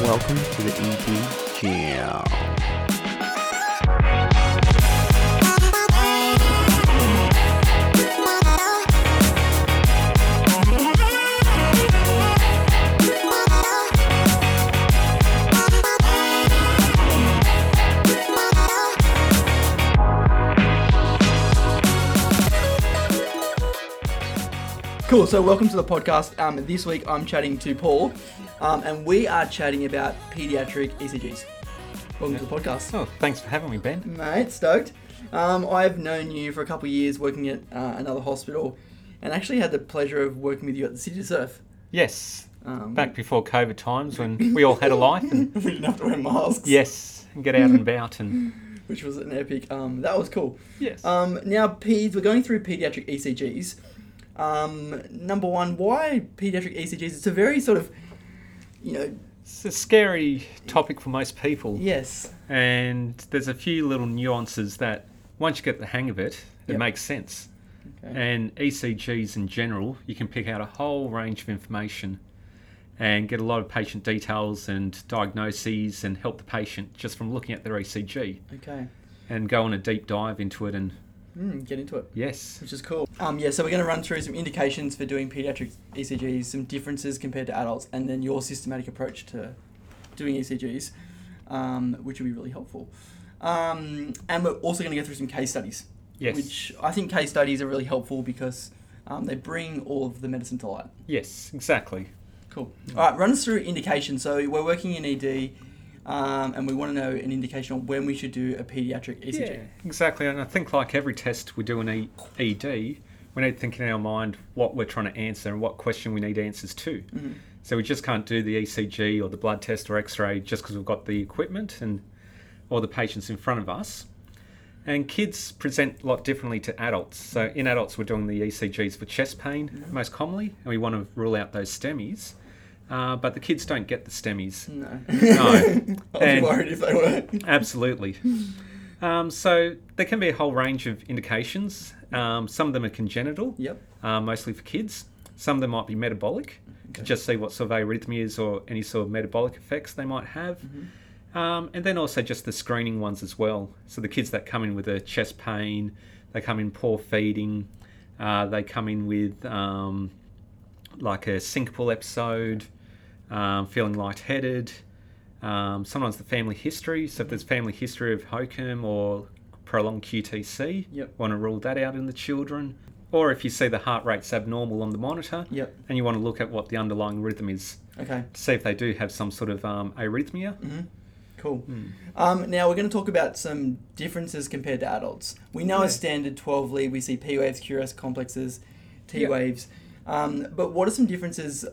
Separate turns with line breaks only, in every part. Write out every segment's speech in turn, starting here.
Welcome to the ET Jam.
Cool. So, welcome to the podcast. Um, this week, I'm chatting to Paul, um, and we are chatting about pediatric ECGs. Welcome to the podcast,
Oh, thanks for having me, Ben.
mate. Stoked. Um, I've known you for a couple of years, working at uh, another hospital, and actually had the pleasure of working with you at the City Surf.
Yes,
Um,
back before COVID times when we all had a life and
we didn't have to wear masks.
yes, and get out and about and
Which was an epic. Um, that was cool.
yes.
Um, now, peds. We're going through pediatric ECGs. Um, number one, why pediatric ECGs? It's a very sort of, you know,
it's a scary topic for most people,
yes,
and there's a few little nuances that once you get the hang of it, it
Yep.
makes sense.
Okay.
And ECGs in general, you can pick out a whole range of information and get a lot of patient details and diagnoses and help the patient just from looking at their ECG
okay.
and go on a deep dive into it. And
Mm, get into it,
yes,
which is cool. Um, yeah, so we're going to run through some indications for doing pediatric ECGs, some differences compared to adults, and then your systematic approach to doing ECGs, um, which will be really helpful. Um, and we're also going to go through some case studies,
yes,
which I think case studies are really helpful because um, they bring all of the medicine to light.
yes, exactly.
Cool.
Mm.
All right, run us through indications. So we're working in ED. Um, and we want to know an indication on when we should do a pediatric E ECG.
Yeah, exactly. And I think, like every test we do in E- ED, we need to think in our mind what we're trying to answer and what question we need answers to. So we just can't do the ECG or the blood test or x ray just because we've got the equipment and or the patients in front of us. And kids present a lot differently to adults. So in adults, we're doing the ECGs for chest pain most commonly, and we want to rule out those STEMIs. Uh, but the kids don't get the STEMIs.
No.
No.
I'd be
And-
worried if they were.
Absolutely. Um, so there can be a whole range of indications. Um, some of them are congenital,
Yep.
uh, mostly for kids. Some of them might be metabolic, to just see what sort of arrhythmias or any sort of metabolic effects they might have. Um, and then also just the screening ones as well. So the kids that come in with a chest pain, they come in poor feeding, uh, they come in with um, like a syncopal episode, um, feeling lightheaded. Um, sometimes the family history. So if there's family history of hokum or prolonged QTC,
Yep.
want to rule that out in the children. Or if you see the heart rate's abnormal on the monitor,
Yep.
and you want to look at what the underlying rhythm is
Okay.
to see if they do have some sort of um, arrhythmia.
Mm-hmm. Cool. Um, now we're going to talk about some differences compared to adults. We know a standard 12 lead, we see P waves, QRS complexes, T
Yep.
waves. Um, but what are some differences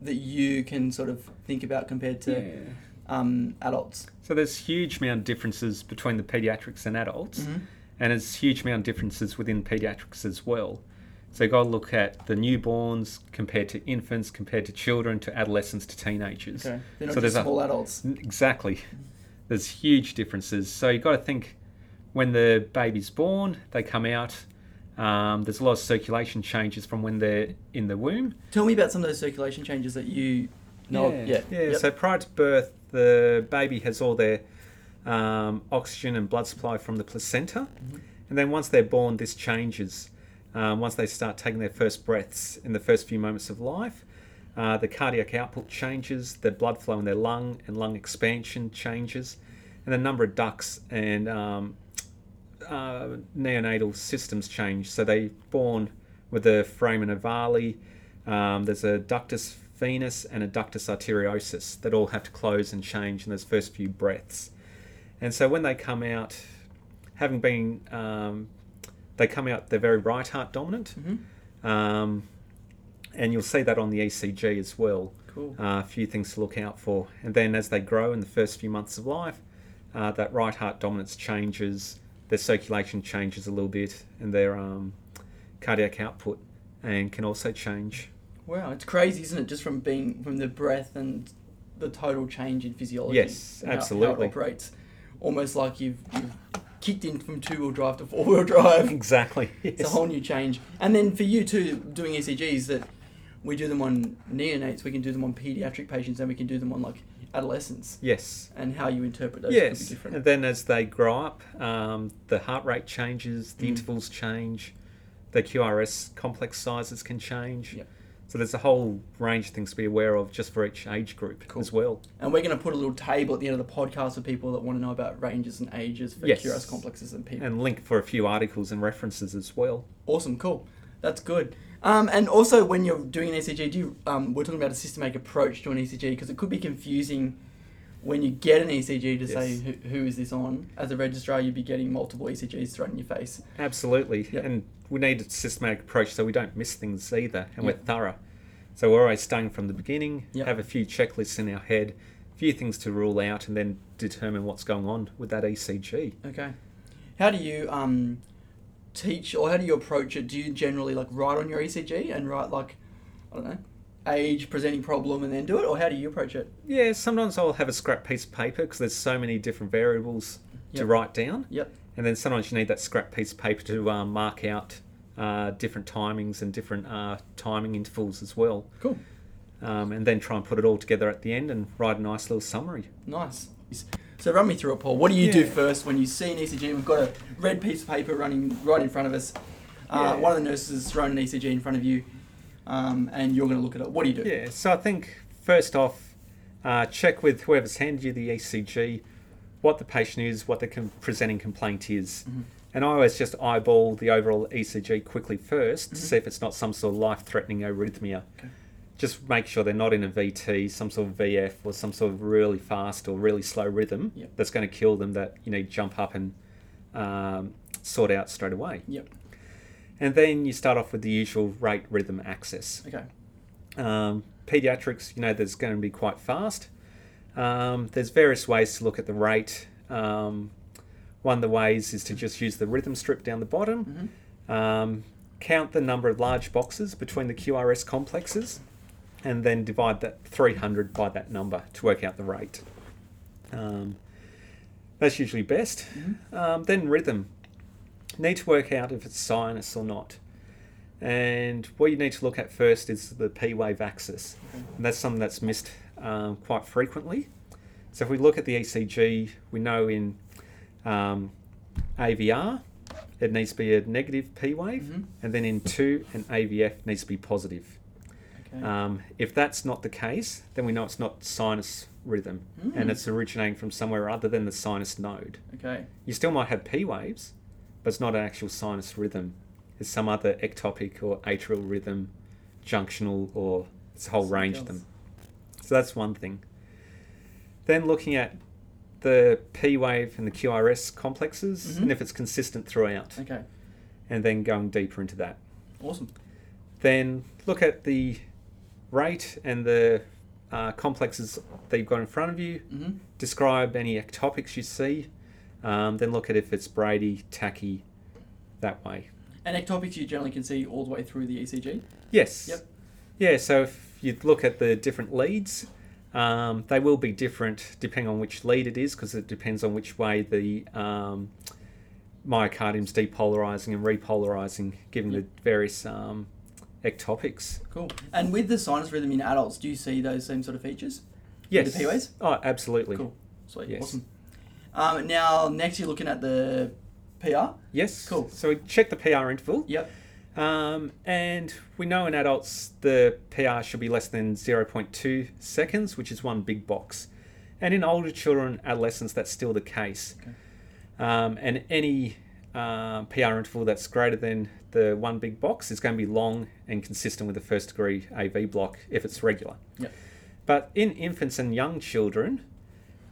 that you can sort of think about compared to um, adults?
So there's huge amount of differences between the pediatrics and adults,
Mm-hmm.
and there's huge amount of differences within pediatrics as well. So you've got to look at the newborns compared to infants, compared to children, to adolescents, to teenagers.
Okay. They're not
so
just
there's a-
small adults.
Exactly. There's huge differences. So you've got to think when the baby's born, they come out. Um, there's a lot of circulation changes from when they're in the womb.
Tell me about some of those circulation changes that you know of. Yeah.
Yeah.
Yep.
So prior to birth, the baby has all their um, oxygen and blood supply from the placenta,
Mm-hmm.
and then once they're born, this changes. Um, once they start taking their first breaths in the first few moments of life, uh, the cardiac output changes, the blood flow in their lung and lung expansion changes, and the number of ducts and um, uh, neonatal systems change. So they born with a foramen ovale. Um, there's a ductus venus and a ductus arteriosus that all have to close and change in those first few breaths. And so when they come out, having been, um, they come out, they're very right heart dominant. Um, and you'll see that on the ECG as well.
Cool.
Uh, a few things to look out for. And then as they grow in the first few months of life, uh, that right heart dominance changes, their circulation changes a little bit, and their um, cardiac output and can also change.
Wow, it's crazy, isn't it? Just from being from the breath and the total change in physiology.
Yes,
and how- How,
absolutely.
it operates, almost like you've, you've kicked in from two wheel drive to four wheel drive.
Exactly.
E It's a whole new change. And then for you too, doing ECGs, that we do them on neonates, we can do them on pediatric patients, and we can do them on like adolescents.
Yes.
And how you interpret those could
yes.
be
And
different.
then as they grow up, um, the heart rate changes,
Mm.
the intervals change, the QRS complex sizes can change.
Yep.
So there's a whole range of things to be aware of just for each age group
Cool.
as well.
And we're going to put a little table at the end of the podcast for people that want to know about ranges and ages for
Yes.
QRS complexes and people.
And link for a few articles and references as well.
Awesome, cool. That's good. Um, and also, when you're doing an ECG, do you, um, we're talking about a systematic approach to an E ECG because it could be confusing when you get an ECG to say
Yes.
who, who is this on. As a registrar, you'd be getting multiple ECGs thrown in your face.
Absolutely.
Yep.
And we need a systematic approach so we don't miss things either and we're
Yep.
thorough. So we're always starting from the beginning,
Yep.
have a few checklists in our head, a few things to rule out, and then determine what's going on with that E ECG.
Okay. How do you um, teach or how do you approach it? Do you generally like write on your ECG and write like I don't know age presenting problem and then do it, or how do you approach it?
Yeah, sometimes I'll have a scrap piece of paper because there's so many different variables to
Yep.
write down.
Yep.
And then sometimes you need that scrap piece of paper to uh, mark out uh, different timings and different uh, timing intervals as well.
Cool.
Um, and then try and put it all together at the end and write a nice little summary.
Nice. So run me through it, Paul. What do you do
Yeah.
first when you see an ECG? We've got a red piece of paper running right in front of us. Uh,
Yeah.
One of the nurses has thrown an ECG in front of you, um, and you're going to look at it. What do you do?
Yeah, so I think first off, uh, check with whoever's handed you the ECG what the patient is, what the com- presenting complaint is. And I always just eyeball the overall ECG quickly 1st to see if it's not some sort of life threatening arrhythmia.
Okay.
Just make sure they're not in a VT, some sort of VF, or some sort of really fast or really slow rhythm
Yep.
that's going to kill them that you need to jump up and um, sort out straight away.
Yep.
And then you start off with the usual rate rhythm axis.
Okay.
Um, pediatrics, you know, there's going to be quite fast. Um, there's various ways to look at the rate. Um, one of the ways is to just use the rhythm strip down the bottom, um, count the number of large boxes between the QRS complexes, and then divide that 300 by that number to work out the rate. Um, that's usually best. Um, then rhythm. Need to work out if it's sinus or not. And what you need to look at first is the P wave axis. And that's something that's missed um, quite frequently. So if we look at the ECG, we know in um, AVR, it needs to be a negative P wave,
Mhm.
and then in 2 and AVF needs to be positive.
Okay.
Um, if that's not the case, then we know it's not sinus rhythm
Hmm.
and it's originating from somewhere other than the sinus node.
okay.
You still might have P waves, but it's not an actual sinus rhythm. It's some other ectopic or atrial rhythm, junctional, or it's a whole
Something
range of
else.
them. So that's one thing. Then looking at the P wave and the QRS complexes,
Mhm.
and if it's consistent throughout,
Okay.
and then going deeper into that
Awesome.
then look at the rate and the uh, complexes that you've got in front of you.
hmm
Describe any ectopics you see. Um, then look at if it's Brady, tacky, that way.
And ectopics you generally can see all the way through the ECG.
Yes.
Yep.
Yeah, so if you look at the different leads, um, they will be different depending on which lead it is because it depends on which way the um, myocardium's depolarizing and repolarizing, given
Yep.
the various um, ectopics.
Cool. And with the sinus rhythm in adults, do you see those same sort of features? With
Yes.
the P-waves?
Oh, absolutely.
Cool. Sweet.
Yes.
Awesome. Um, now, next you're looking at the PR.
Yes.
Cool.
So we check the PR interval.
Yep.
Um, and we know in adults the PR should be less than 0.2 seconds, which is one big box. And in older children, adolescents, that's still the case.
Okay.
Um, and any um PR interval that's greater than the one big box is going to be long and consistent with the first degree AV block if it's regular.
Yep.
But in infants and young children,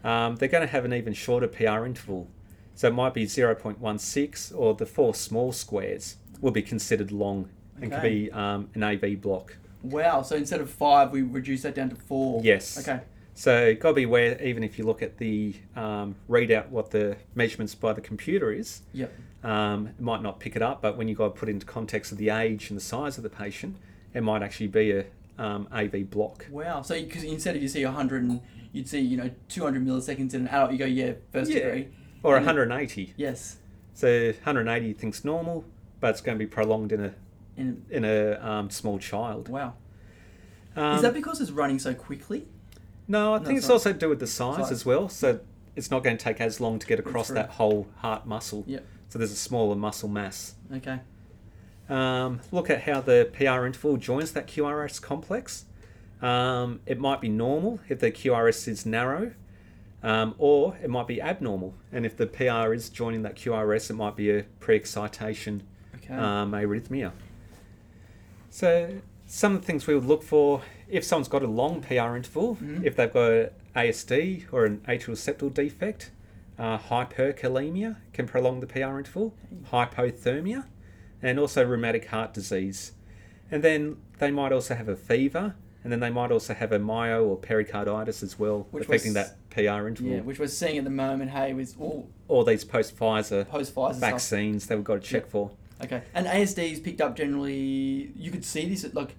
um, they're going to have an even shorter PR interval. So it might be 0.16 or the four small squares will be considered long and could
Okay.
be um, an AV block.
Wow. So instead of five, we reduce that down to four.
Yes.
Okay.
So got to be aware, even if you look at the um, readout, what the measurements by the computer is,
Yep.
um, it might not pick it up, but when you got to put into context of the age and the size of the patient, it might actually be a um, AV block.
Wow. So because instead of you see 100 and you'd see you know 200 milliseconds in an adult, you go yeah first
Yeah.
degree.
Or
And then-
180.
Yes.
So 180 you think's normal, but it's going to be prolonged in a
And
in a um, small child.
wow.
Um,
Is that because it's running so quickly?
no, I
No,
think it's
sorry.
also to do with the size
Size.
as well. So it's not going to take as long to get across
True.
that whole heart muscle.
Yep.
So there's a smaller muscle mass.
Okay.
Um, look at how the PR interval joins that QRS complex. Um, it might be normal if the QRS is narrow, um, or it might be abnormal. And if the PR is joining that QRS, it might be a pre excitation
Okay.
um, arrhythmia. So, some of the things we would look for if someone's got a long PR interval,
Mhm.
if they've got a ASD or an atrial septal defect, uh, hyperkalemia can prolong the PR interval, hypothermia, and also rheumatic heart disease. And then they might also have a fever, and then they might also have a myo or pericarditis as well,
Which
affecting
was-
that PR interval.
yeah, which we're seeing at the moment. Hey, with all
All these post Pfizer
post Pfizer stuff.
vaccines that we've got to check for.
Okay. And ASDs picked up generally. You could see this at like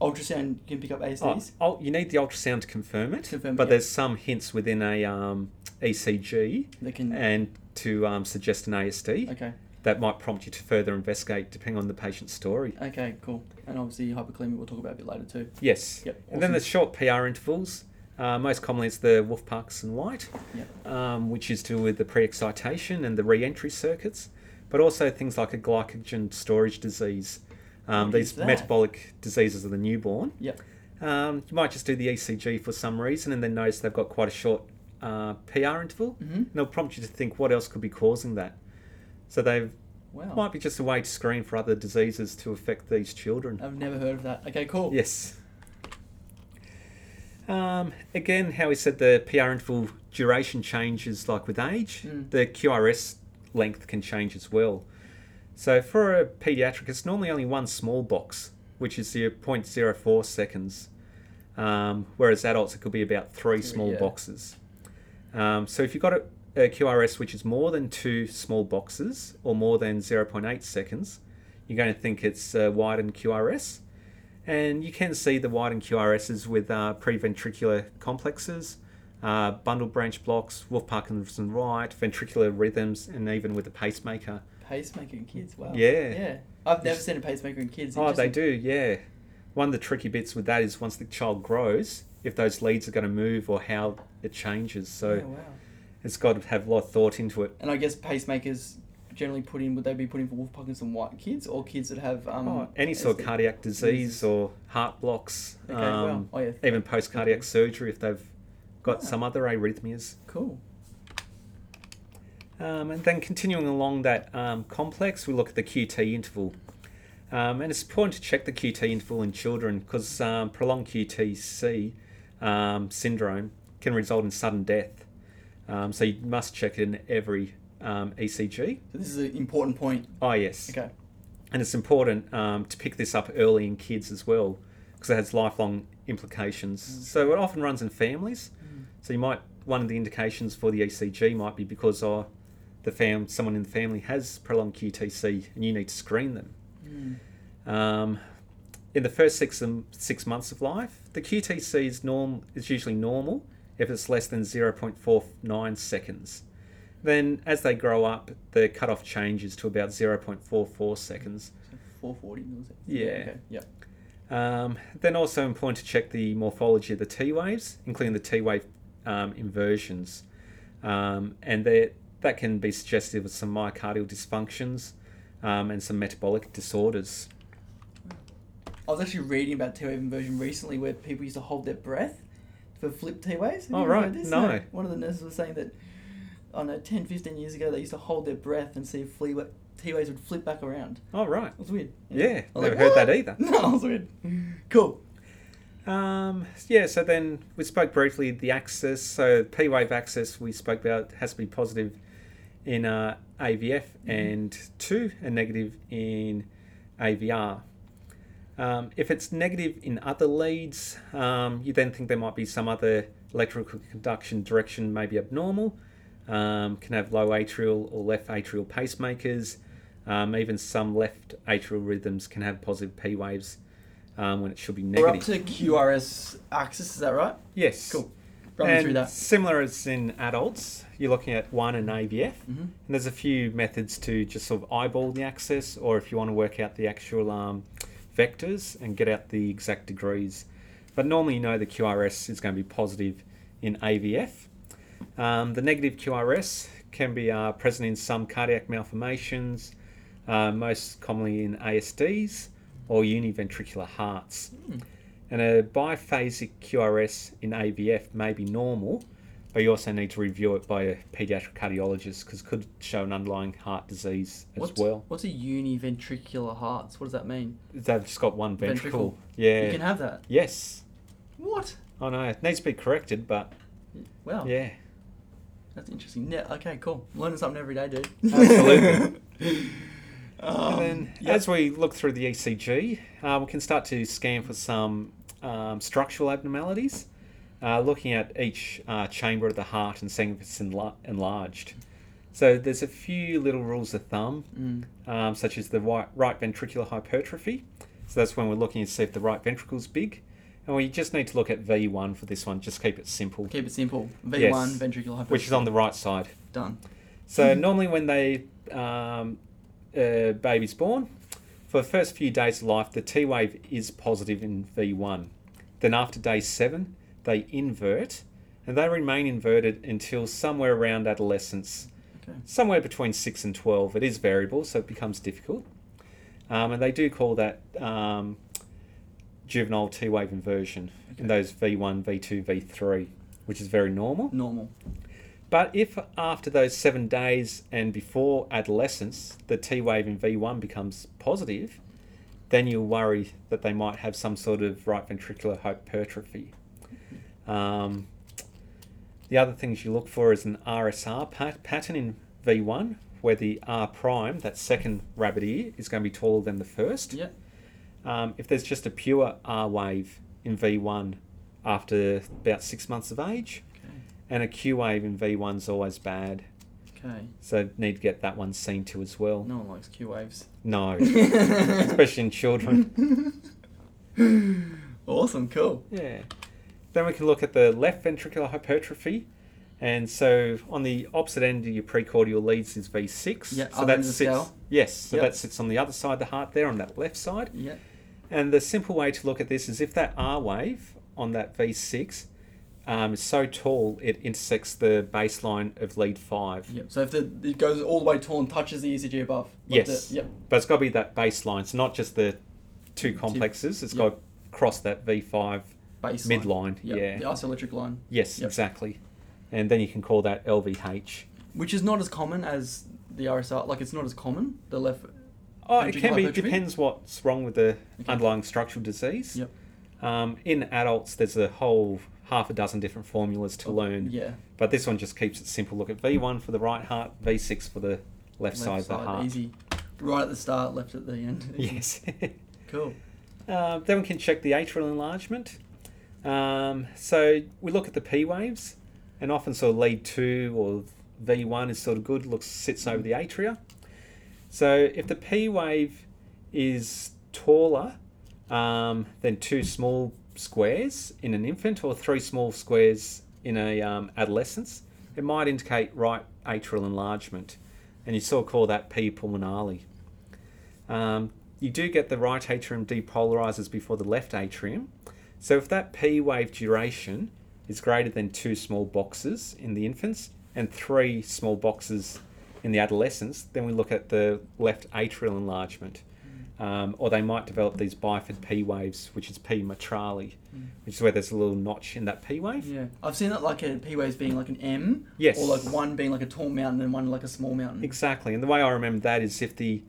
ultrasound. You can pick up
Oh,
ASDs.
oh, you need the ultrasound to confirm it,
Confirm it,
but
yeah.
there's some hints within a um, ECG
They can.
and to um, suggest an ASD
okay.
that might prompt you to further investigate depending on the patient's story.
Okay. Cool. And obviously hyperkalemia. We'll talk about a bit later too.
Yes.
Yep,
And then
awesome.
there's short PR intervals. Uh, most commonly, it's the Wolf Parkinson light,
Yep.
um, which is to do with the pre excitation and the re entry circuits, but also things like a glycogen storage disease. Um,
What is
these
that?
metabolic diseases of the newborn.
Yep.
Um, you might just do the ECG for some reason and then notice they've got quite a short uh, PR interval.
Mhm.
And it'll prompt you to think what else could be causing that. So they
Wow.
might be just a way to screen for other diseases to affect these children.
I've never heard of that. Okay. Cool.
Yes. Um, again, how we said the PR interval duration changes like with age,
Mm.
the QRS length can change as well. So for a pediatric, it's normally only one small box, which is 0.04 seconds, um, whereas adults it could be about three
Three,
small
yeah.
boxes. Um, so if you've got a, a QRS which is more than two small boxes or more than 0.8 seconds, you're going to think it's a widened QRS. And you can see the widened QRSs with uh, preventricular complexes, uh, bundle branch blocks, Wolf Parkinson right, ventricular rhythms, and even with the pacemaker.
Pacemaker in kids. Wow.
Yeah.
Yeah. I've never seen a pacemaker in kids.
Oh, they
Interesting.
do, yeah. One of the tricky bits with that is once the child grows, if those leads are going to move or how it changes. So
Yeah, wow.
it's got to have a lot of thought into it.
And I guess pacemakers generally put in. Would they be put in for Wolf Parkinson White kids or kids that have um,
oh, any sort
SD?
of cardiac disease or heart blocks,
Okay.
um,
wow. Oh yeah.
even post cardiac surgery if they've got
Ah.
some other arrhythmias.
Cool.
Um, and then continuing along that um, complex, we look at the QT interval. Um, and it's important to check the QT interval in children because um, prolonged QTC um, syndrome can result in sudden death. Um, so you must check it in every um, ECG.
So this is an important point.
Oh, yes.
Okay.
And it's important um, to pick this up early in kids as well because it has lifelong implications. So it often runs in families. So you might one of the indications for the ECG might be because oh, the fam someone in the family has prolonged QTC and you need to screen them.
Mm.
Um, in the first six um, six months of life, the QTC is norm is usually normal if it's less than zero point four nine seconds. Then, as they grow up, the cutoff changes to about zero point four four seconds.
So 440 milliseconds.
Yeah.
Okay. Yep.
Um, then also important to check the morphology of the T waves, including the T wave um, inversions, um, and that that can be suggestive of some myocardial dysfunctions um, and some metabolic disorders.
I was actually reading about T wave inversion recently where people used to hold their breath for flip T waves. Have
Oh,
you ever heard
right.
this?
No.
One of the nurses was saying that, I don't know, 10, 15 years ago, they used to hold their breath and see if flea T waves would flip back around.
Oh right,
It was weird.
yeah,
I was
never
like,
heard
"What?"
that either.
No, it was weird. Cool.
Um, yeah, so then we spoke briefly the axis. So P wave axis we spoke about has to be positive in uh, AVF
Mm-hmm.
and two and negative in AVR. Um, if it's negative in other leads, um, you then think there might be some other electrical conduction direction, maybe abnormal. Um, can have low atrial or left atrial pacemakers. Um, even some left atrial rhythms can have positive P waves um, when it should be
We're up
negative.
to QRS axis, is that right?
Yes.
Cool. Run me through
And
that.
Similar as in adults, you're looking at one and AVF.
Mhm.
And there's a few methods to just sort of eyeball the axis, or if you want to work out the actual um, vectors and get out the exact degrees. But normally, you know the QRS is going to be positive in AVF. Um, the negative QRS can be uh, present in some cardiac malformations, uh, most commonly in ASDs or univentricular hearts. And a biphasic QRS in AVF may be normal, but you also need to review it by a pediatric cardiologist because it could show an underlying heart disease as
What's,
well.
What's a univentricular hearts? What does that mean?
They've just got one ventricle.
Ventricle.
Yeah.
You can have that.
yes.
What?
I know. It needs to be corrected, but
Wow.
yeah.
That's interesting. Yeah. Okay. Cool. Learning something every day, dude.
Absolutely.
um,
And then,
yeah.
as we look through the ECG, uh, we can start to scan for some um, structural abnormalities, uh, looking at each uh, chamber of the heart and seeing if it's enla- enlarged. So, there's a few little rules of thumb,
Mm.
um, such as the right, right ventricular hypertrophy. So, that's when we're looking to see if the right ventricle's big. And we just need to look at V1 for this one, just keep it simple,
Keep it simple. V1
Yes.
ventricular hypertrophy.
which is on the right side.
done.
So normally when they um, uh, baby's born, for the first few days of life, the T wave is positive in V1. Then after day seven, they invert, and they remain inverted until somewhere around adolescence,
Okay.
somewhere between six and twelve. It is variable, so it becomes difficult. Um, and they do call that um, juvenile T wave inversion in
Okay.
those V1, V2, V3, which is very normal.
Normal.
But if after those seven days and before adolescence, the T wave in V1 becomes positive, then you'll worry that they might have some sort of right ventricular hypertrophy. Um, the other things you look for is an RSR pat- pattern in V1, where the R prime, that second rabbit ear, is going to be taller than the first.
Yep.
Um, if there's just a pure R wave in V1 after about six months of age, and a Q wave in V1's always bad,
Okay.
so need to get that one seen to as well.
No one likes Q waves.
No, especially in children.
Awesome. Cool.
Yeah. Then we can look at the left ventricular hypertrophy. And so on the opposite end of your precordial leads is V6.
Yeah,
so
other end of the
sits,
scale.
Yes, so
Yep.
that sits on the other side of the heart there on that left side.
Yep.
And the simple way to look at this is if that R wave on that V6 um, is so tall it intersects the baseline of lead 5.
Yep. So if the, it goes all the way tall and touches the ECG above. like
Yes.
The, yep.
But it's got to be that baseline. So not just the two complexes. It's
yeah.
got to cross that V5.
Baseline.
Midline,
Yep.
yeah.
The isoelectric line,
Yes,
Yep.
exactly. And then you can call that LVH.
which is not as common as the RSR. Like it's not as common. The left.
Oh, it
Ventricular
can be.
hypertrophy?
Depends what's wrong with the
Okay.
underlying structural disease.
Yep.
Um, in adults, there's a whole half a dozen different formulas
Oh,
to learn.
Yeah.
But this one just keeps it simple. Look at V1 for the right heart, V6 for the left, side of the heart.
Easy. Right at the start, left at the end.
Yes.
Cool.
Uh, then we can check the atrial enlargement. Um, so we look at the P waves, and often sort of lead two or V one is sort of good. Looks sits over the atria. So if the P wave is taller um, than two small squares in an infant or three small squares in a um, adolescence, it might indicate right atrial enlargement, and you sort of call that P pulmonale. Um, you do get the right atrium depolarizes before the left atrium. So if that P wave duration is greater than two small boxes in the infants and three small boxes in the adolescents, then we look at the left atrial enlargement. Um, or they might develop these bifid P waves, which is P mitrale, which is where there's a little notch in that P wave.
Yeah. I've seen that like a P waves being like an M.
Yes.
Or like one being like a tall mountain and one like a small mountain.
Exactly. And the way I remember that is if the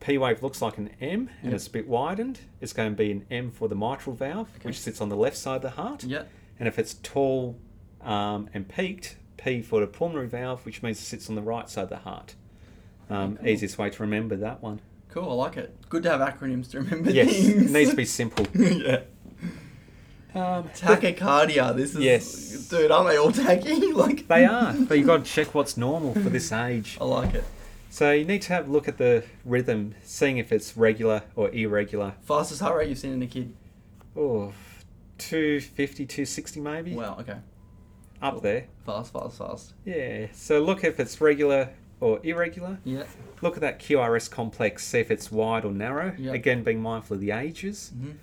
P wave looks like an M and
Yep.
it's a bit widened, it's going to be an M for the mitral valve, which sits on the left side of the heart.
Yep.
And if it's tall um, and peaked, P for the pulmonary valve, which means it sits on the right side of the heart. Um,
Cool.
Easiest way to remember that one.
Cool. I like it. Good to have acronyms to remember
Yes,
things.
it needs to be simple.
yeah.
Um,
Tachycardia. This is.
Yes.
Dude, aren't they all tachy? like.
they are, but you've got to check what's normal for this age.
I like it.
So you need to have a look at the rhythm, seeing if it's regular or irregular.
Fastest heart rate you've seen in a kid.
Oh, 250, 260 maybe?
Wow. Okay.
Up there.
Fast, fast, fast.
Yeah. So look if it's regular or irregular.
Yeah.
Look at that QRS complex, see if it's wide or narrow.
Yeah.
Again, being mindful of the ages.
Mhm.
And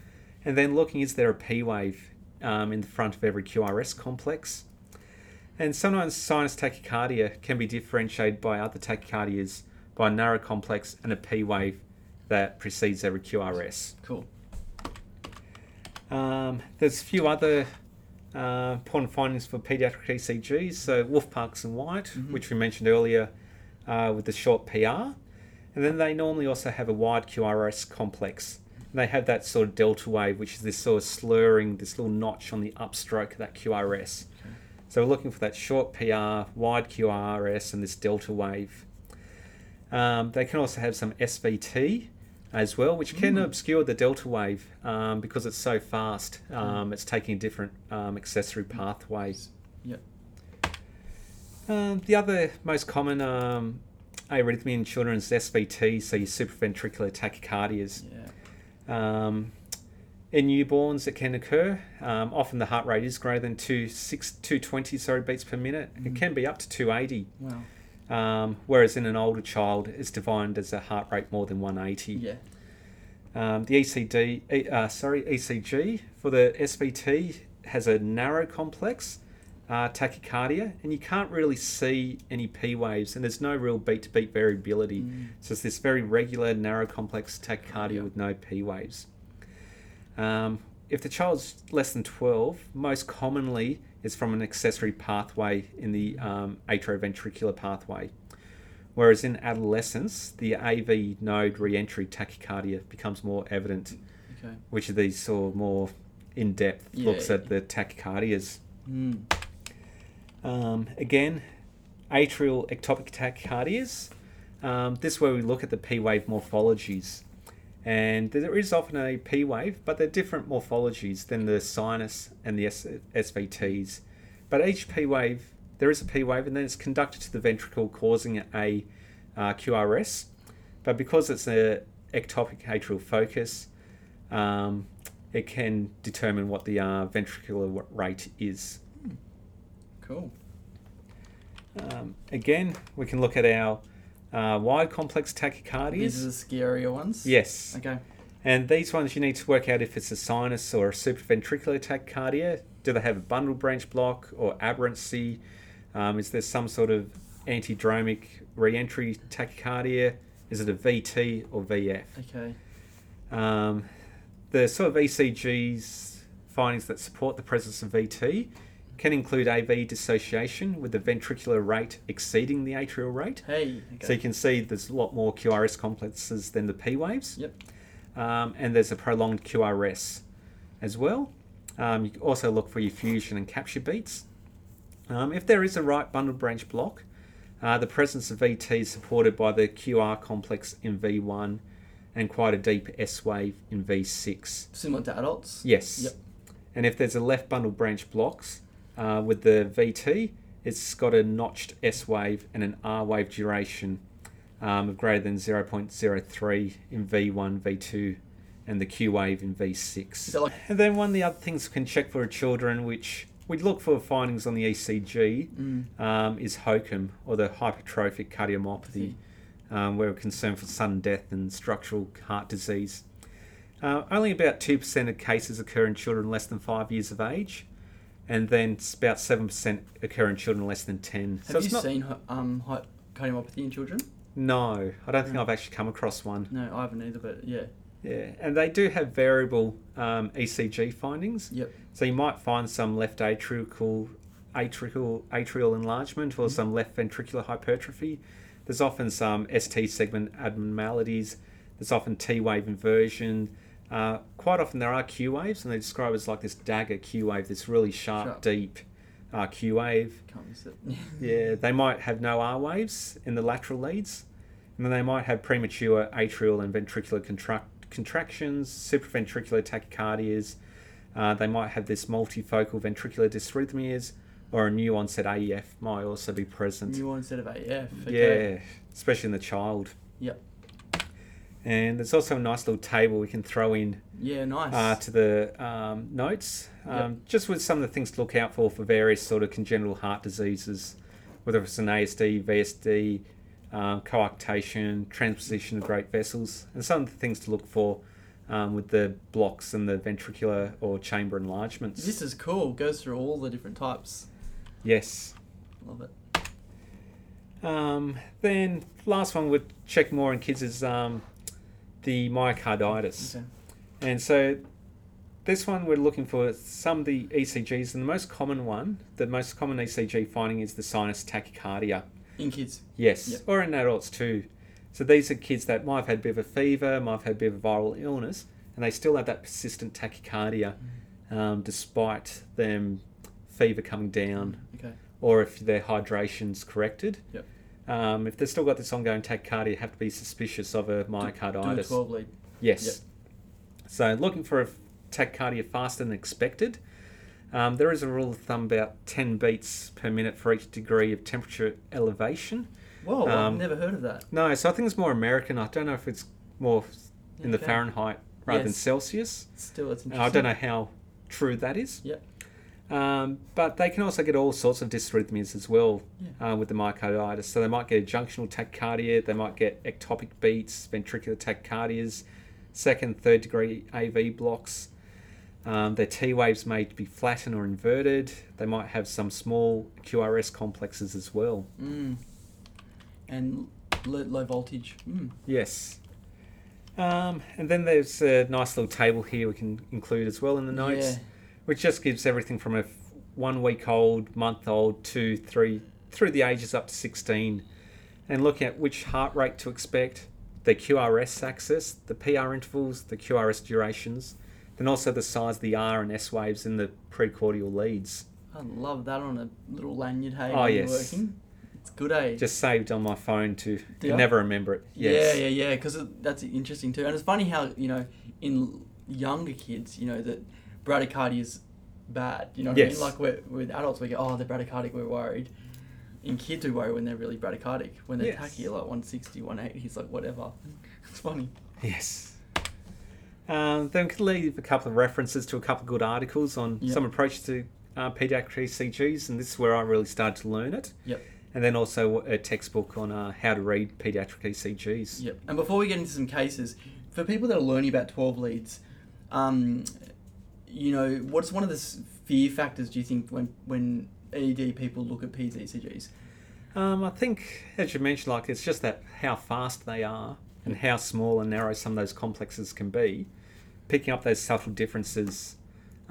and then looking is there a P wave um, in the front of every QRS complex? And sometimes sinus tachycardia can be differentiated by other tachycardias by a narrow complex and a P wave that precedes every QRS.
Cool.
Um, there's a few other uh, important findings for pediatric ECGs. So Wolf Parks and White, which we mentioned earlier, uh, with the short PR, and then they normally also have a wide QRS complex. And they have that sort of delta wave, which is this sort of slurring, this little notch on the upstroke of that QRS. So we're looking for that short PR, wide QRS, and this delta wave. Um, they can also have some SVT as well, which can obscure the delta wave um, because it's so fast. Um, it's taking a different um, accessory pathway.
Yep.
Um, the other most common um, arrhythmia in children is SVT, so your supraventricular tachycardias.
Yeah.
Um, in newborns, it can occur. Um, often the heart rate is greater than two, six, 220 sorry, beats per minute. It can be up to 280,
Wow.
um, whereas in an older child, it's defined as a heart rate more than 180.
Yeah.
Um, the ECD, E- uh, sorry, ECG for the SVT has a narrow complex uh, tachycardia, and you can't really see any P waves, and there's no real beat to beat variability. So it's this very regular narrow complex tachycardia with no P waves. Um, if the child's less than 12, most commonly is from an accessory pathway in the um, atrioventricular pathway. Whereas in adolescence, the AV node reentry tachycardia becomes more evident,
Okay.
which are these sort of more in depth looks
Yeah.
at the tachycardias.
Mm.
Um, again, atrial ectopic tachycardias. Um, this is where we look at the P wave morphologies. And there is often a P wave, but they're different morphologies than the sinus and the S- SVTs. But each P wave, there is a P wave, and then it's conducted to the ventricle, causing a uh, QRS. But because it's an ectopic atrial focus, um, it can determine what the uh, ventricular rate is.
Cool.
Um, again, we can look at our uh, wide complex
These
tachycardias.
are the scarier ones.
Yes.
Okay.
And these ones you need to work out if it's a sinus or a supraventricular tachycardia. Do they have a bundle branch block or aberrancy? Um, is there some sort of antidromic reentry tachycardia? Is it a VT or VF?
Okay.
Um, the sort of ECG's findings that support the presence of VT can include AV dissociation with the ventricular rate exceeding the atrial rate.
Hey. Okay.
So you can see there's a lot more QRS complexes than the P waves.
Yep.
Um, and there's a prolonged QRS as well. Um, you can also look for your fusion and capture beats. Um, if there is a right bundle branch block, uh, the presence of VT is supported by the QR complex in V1 and quite a deep S wave in V6.
Similar to adults.
Yes.
Yep.
And if there's a left bundle branch blocks uh, with the VT, it's got a notched S wave and an R wave duration um, of greater than 0.03 in V1, V2, and the Q wave in V6.
So like-
and then one of the other things we can check for children, which we'd look for findings on the ECG,
Mm.
um, is HOCM or the hypertrophic cardiomyopathy, um, where we're concerned for sudden death and structural heart disease. Uh, only about 2% of cases occur in children less than 5 years of age, and then s- about 7% occur in children less than 10.
Have you seen hi- um hi- cardiomyopathy in children?
No, I don't think I've actually come across one.
No, I haven't either. But yeah.
Yeah, and they do have variable um, ECG findings.
Yep.
So you might find some left atrial, atrial, atrial enlargement or some left ventricular hypertrophy. There's often some ST segment abnormalities. There's often T wave inversion. Uh, quite often there are Q waves, and they describe it as like this dagger Q wave, this really sharp,
Sharp.
deep uh, Q wave.
Can't miss it.
Yeah, they might have no R waves in the lateral leads, and then they might have premature atrial and ventricular contract- contractions, supraventricular tachycardias. Uh, they might have this multifocal ventricular dysrhythmias, or a new onset AEF might also be present.
New one instead of AF. Okay.
Yeah, especially in the child.
Yep.
And there's also a nice little table we can throw in
Yeah. Nice.
uh, to the um, notes, um, just with some of the things to look out for for various sort of congenital heart diseases, whether it's an ASD, VSD, um, coarctation, transposition of great vessels, and some of the things to look for um, with the blocks and the ventricular or chamber enlargements.
This is cool. Goes through all the different types.
Yes.
Love it.
Um, then last one we'll check more in kids is um, the myocarditis.
Okay.
And so this one we're looking for some of the ECGs, and the most common one, the most common ECG finding is the sinus tachycardia.
In kids.
Yes,
Yep.
or in adults too. So these are kids that might have had a bit of a fever, might have had a bit of a viral illness, and they still have that persistent tachycardia
Mm.
um, despite them fever coming down
Okay.
or if their hydration's corrected.
Yep.
Um, if they've still got this ongoing tachycardia, you have to be suspicious of a
Do a
myocarditis.
12 lead.
Yes. So looking for a f- tachycardia faster than expected. Um, there is a rule of thumb about 10 beats per minute for each degree of temperature elevation.
Whoa,
Um,
I've never heard of that.
No, so I think it's more American. I don't know if it's more in the
Okay.
Fahrenheit rather than
Yes.
Celsius.
Still, it's
I
interesting.
don't know how true that is.
Yep.
Um, but they can also get all sorts of dysrhythmias as well
Yeah.
uh, with the myocarditis. So they might get junctional tachycardia, they might get ectopic beats, ventricular tachycardias, second, third degree AV blocks. Um, their T waves may be flattened or inverted. They might have some small QRS complexes as well.
Mm. And low, low voltage. Mm.
Yes. Um, and then there's a nice little table here we can include as well in the notes,
Yeah.
which just gives everything from a f- one week old, month old, two, three, through the ages up to 16, and looking at which heart rate to expect, the QRS axis, the PR intervals, the QRS durations, then also the size of the R and S waves in the precordial leads.
I love that on a little lanyard. Hey,
Oh,
when you're
yes.
working. It's good, eh?
Just saved on my phone to
Yeah.
never remember it. Yes.
Yeah, yeah, yeah. Because that's interesting too, and it's funny how you know in younger kids, you know that bradycardia is bad. You know, what I
Yes.
mean? like we're, with adults, we go, oh, they're bradycardic, we're worried. In kids, we worry when they're really bradycardic. When they're
Yes.
tacky, like 160, 180, he's like whatever. It's funny.
Yes. Um, then we could leave a couple of references to a couple of good articles on
Yep.
some approaches to uh, pediatric ECGs, and this is where I really started to learn it.
Yep.
And then also a textbook on uh, how to read E pediatric ECGs.
Yep. And before we get into some cases, for people that are learning about 12 leads, um, you know, what's one of the s- fear factors do you think when when ED people look at PEDS ECGs?
Um, I think, as you mentioned, like it's just that how fast they are and how small and narrow some of those complexes can be, picking up those subtle differences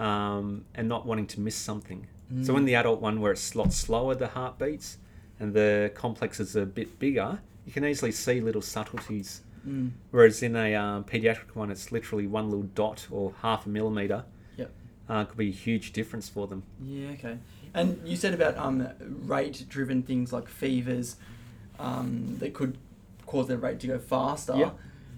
um, and not wanting to miss something. So
Mm.
in the adult one where it's a lot slower, the heartbeats and the complexes are a bit bigger, you can easily see little subtleties.
Mm.
Whereas in a um, pediatric one, it's literally one little dot or half a millimeter.
Yep.
Uh, could be a huge difference for them.
Yeah, okay. And you said about um, rate driven things like fevers um, that could cause their rate to go faster.
Yeah.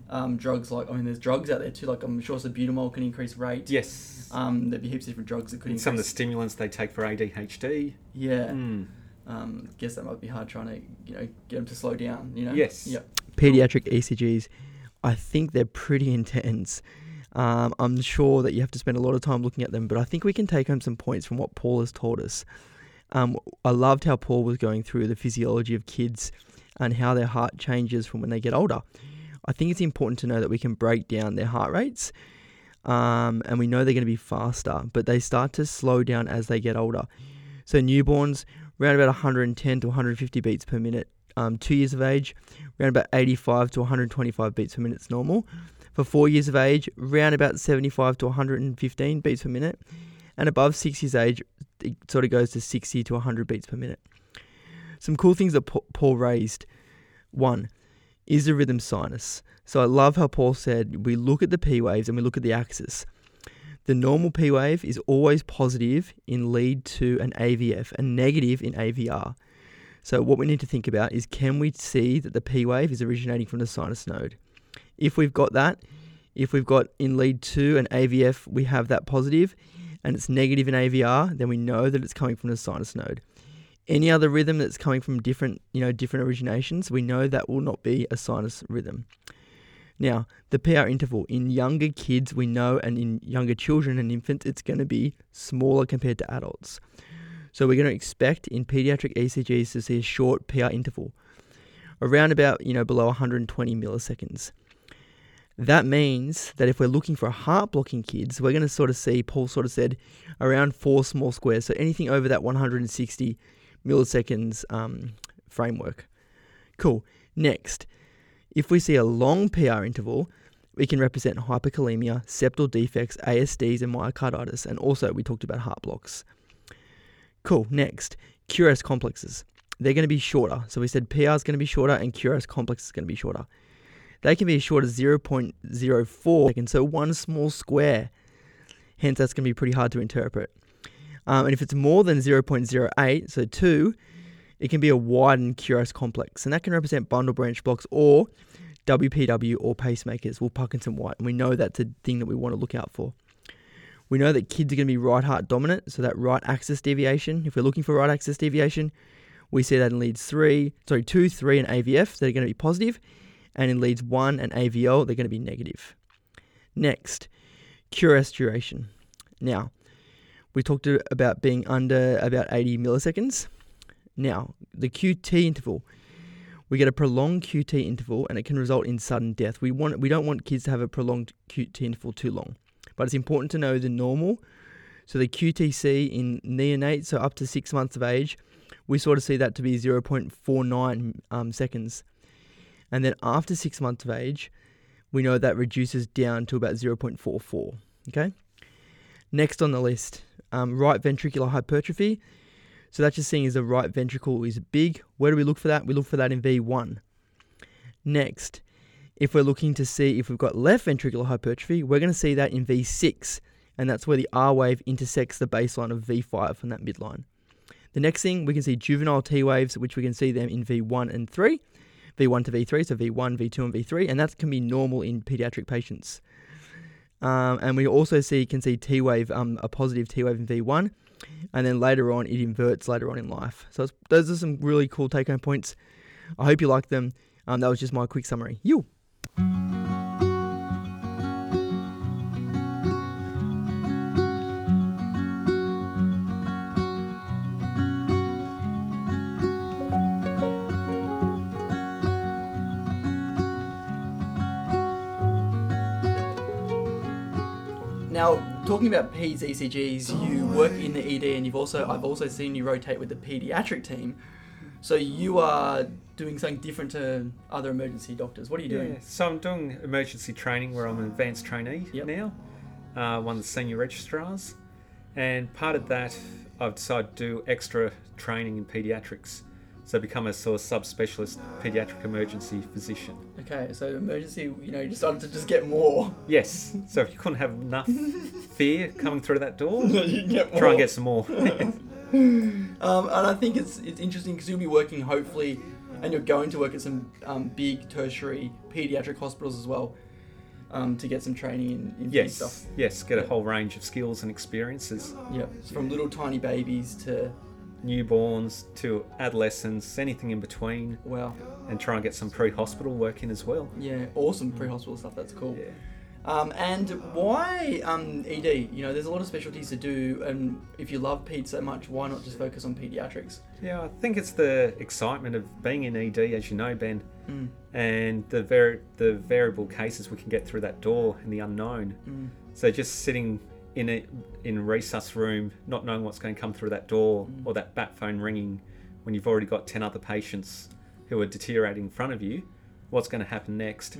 Um, drugs like, I mean, there's drugs out there too, like I'm sure butamol can increase rate.
Yes.
Um, there'd be heaps of different drugs that could
And
increase.
some of the stimulants they take for ADHD.
yeah.
Mm.
Um, guess that might be hard trying to, you know, get them to slow down, you know?
Yes.
Yep. Pediatric ECGs, I think they're pretty intense. Um, I'm sure that you have to spend a lot of time looking at them, but I think we can take home some points from what Paul has taught us. Um, I loved how Paul was going through the physiology of kids and how their heart changes from when they get older. I think it's important to know that we can break down their heart rates, um, and we know they're going to be faster, but they start to slow down as they get older. So newborns, around about 110 to 150 beats per minute. Um, two years of age, around about 85 to 125 beats per minute is normal. For four years of age, around about 75 to 115 beats per minute. And above six years age, it sort of goes to 60 to 100 beats per minute. Some cool things that Pa- Paul raised. One is the rhythm sinus. So I love how Paul said we look at the P waves and we look at the axis. The normal P wave is always positive in lead to an AVF and negative in AVR. So, what we need to think about is can we see that the P wave is originating from the sinus node? If we've got that, if we've got in lead 2 and AVF, we have that positive and it's negative in AVR, then we know that it's coming from the sinus node. Any other rhythm that's coming from different, you know, different originations, we know that will not be a sinus rhythm. Now, the PR interval in younger kids, we know, and in younger children and infants, it's going to be smaller compared to adults. So we're going to expect in pediatric ECGs to see a short PR interval, around about you know below 120 milliseconds. That means that if we're looking for heart blocking kids, we're going to sort of see, Paul sort of said, around four small squares. So anything over that 160 milliseconds um, framework. Cool. Next, if we see a long PR interval, we can represent hyperkalemia, septal defects, ASDs, and myocarditis. And also, we talked about heart blocks. Cool. Next, QRS complexes. They're going to be shorter. So we said PR is going to be shorter and QRS complex is going to be shorter. They can be as short as 0.04 seconds, so one small square. Hence, that's going to be pretty hard to interpret. Um, and if it's more than 0.08, so 2, it can be a widened QRS complex. And that can represent bundle branch blocks or WPW or pacemakers, Wilparkinson White. And we know that's a thing that we want to look out for. We know that kids are going to be right heart dominant, so that right axis deviation. If we're looking for right axis deviation, we see that in leads three, sorry, two, three, and AVF, they're going to be positive, and in leads one and AVL, they're going to be negative. Next, QRS duration. Now, we talked a- about being under about 80 milliseconds. Now, the QT interval. We get a prolonged QT interval, and it can result in sudden death. We want we don't want kids to have a prolonged QT interval too long, but it's important to know the normal. So the QTC in neonate, so up to six months of age, we sort of see that to be 0.49 um, seconds. And then after six months of age, we know that reduces down to about 0.44. Okay. Next on the list, um, right ventricular hypertrophy. So that's just seeing is the right ventricle is big. Where do we look for that? We look for that in V1. Next, if we're looking to see if we've got left ventricular hypertrophy, we're going to see that in V6, and that's where the R wave intersects the baseline of V5 from that midline. The next thing we can see juvenile T waves, which we can see them in V1 and 3, V1 to V3, so V1, V2, and V3, and that can be normal in pediatric patients. Um, and we also see can see T wave, um, a positive T wave in V1, and then later on it inverts later on in life. So it's, those are some really cool take home points. I hope you like them. Um, that was just my quick summary. You.
Now, talking about P's ECGs, you work in the ED, and you've also I've also seen you rotate with the pediatric team. So you are doing something different to other emergency doctors. What are you doing?
Yeah, so I'm doing emergency training where I'm an advanced trainee
Yep.
now, uh, one of the senior registrars, and part of that I've decided to do extra training in paediatrics, so become a sort of subspecialist paediatric emergency physician.
Okay, so emergency, you know, you decided to just get more.
Yes, so if you couldn't have enough fear coming through that door,
you can get more.
try and get some more.
Um, and I think it's it's interesting because you'll be working hopefully, and you're going to work at some um, big tertiary pediatric hospitals as well, um, to get some training in, in ped stuff.
yes, yes, get a whole range of skills and experiences,
Yeah, from little tiny babies to
newborns to adolescents, anything in between,
wow,
and try and get some pre-hospital work in as well.
yeah, awesome pre-hospital stuff. That's cool.
Mm. Yeah.
Um, and why um, ED? You know, there's a lot of specialties to do, and if you love ped so much, why not just focus on pediatrics?
Yeah, I think it's the excitement of being in ED, as you know, Ben, and the ver- the variable cases we can get through that door and the unknown. So just sitting in a in resus room, not knowing what's going to come through that door or that bat phone ringing, when you've already got ten other patients who are deteriorating in front of you, what's going to happen next?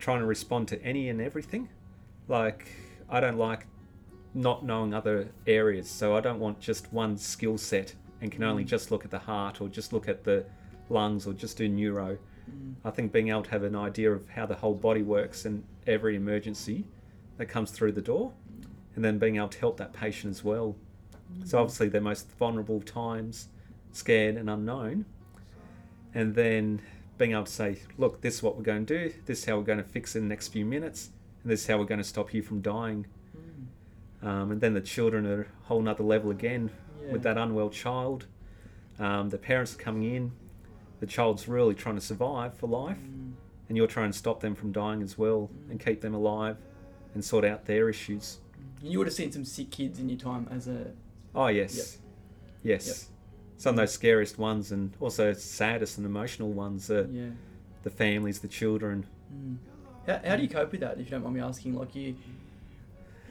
Trying to respond to any and everything. Like I don't like not knowing other areas. So I don't want just one skill set and can only just look at the heart or just look at the lungs or just do neuro. I think being able to have an idea of how the whole body works and every emergency that comes through the door and then being able to help that patient as well. So obviously their most vulnerable times, scared and unknown. And then being able to say, look, this is what we're going to do, this is how we're going to fix it in the next few minutes, and this is how we're going to stop you from dying. Um, and then the children are a whole nother level again with
Yeah.
that unwell child. Um, the parents are coming in. The child's really trying to survive for life, and you're trying to stop them from dying as well and keep them alive and sort out their issues.
You would have seen some sick kids in your time as a
Oh, yes. Yes. Some of those scariest ones and also saddest and emotional ones are
yeah.
the families, the children,
How, how do you cope with that? If you don't mind me asking, like you,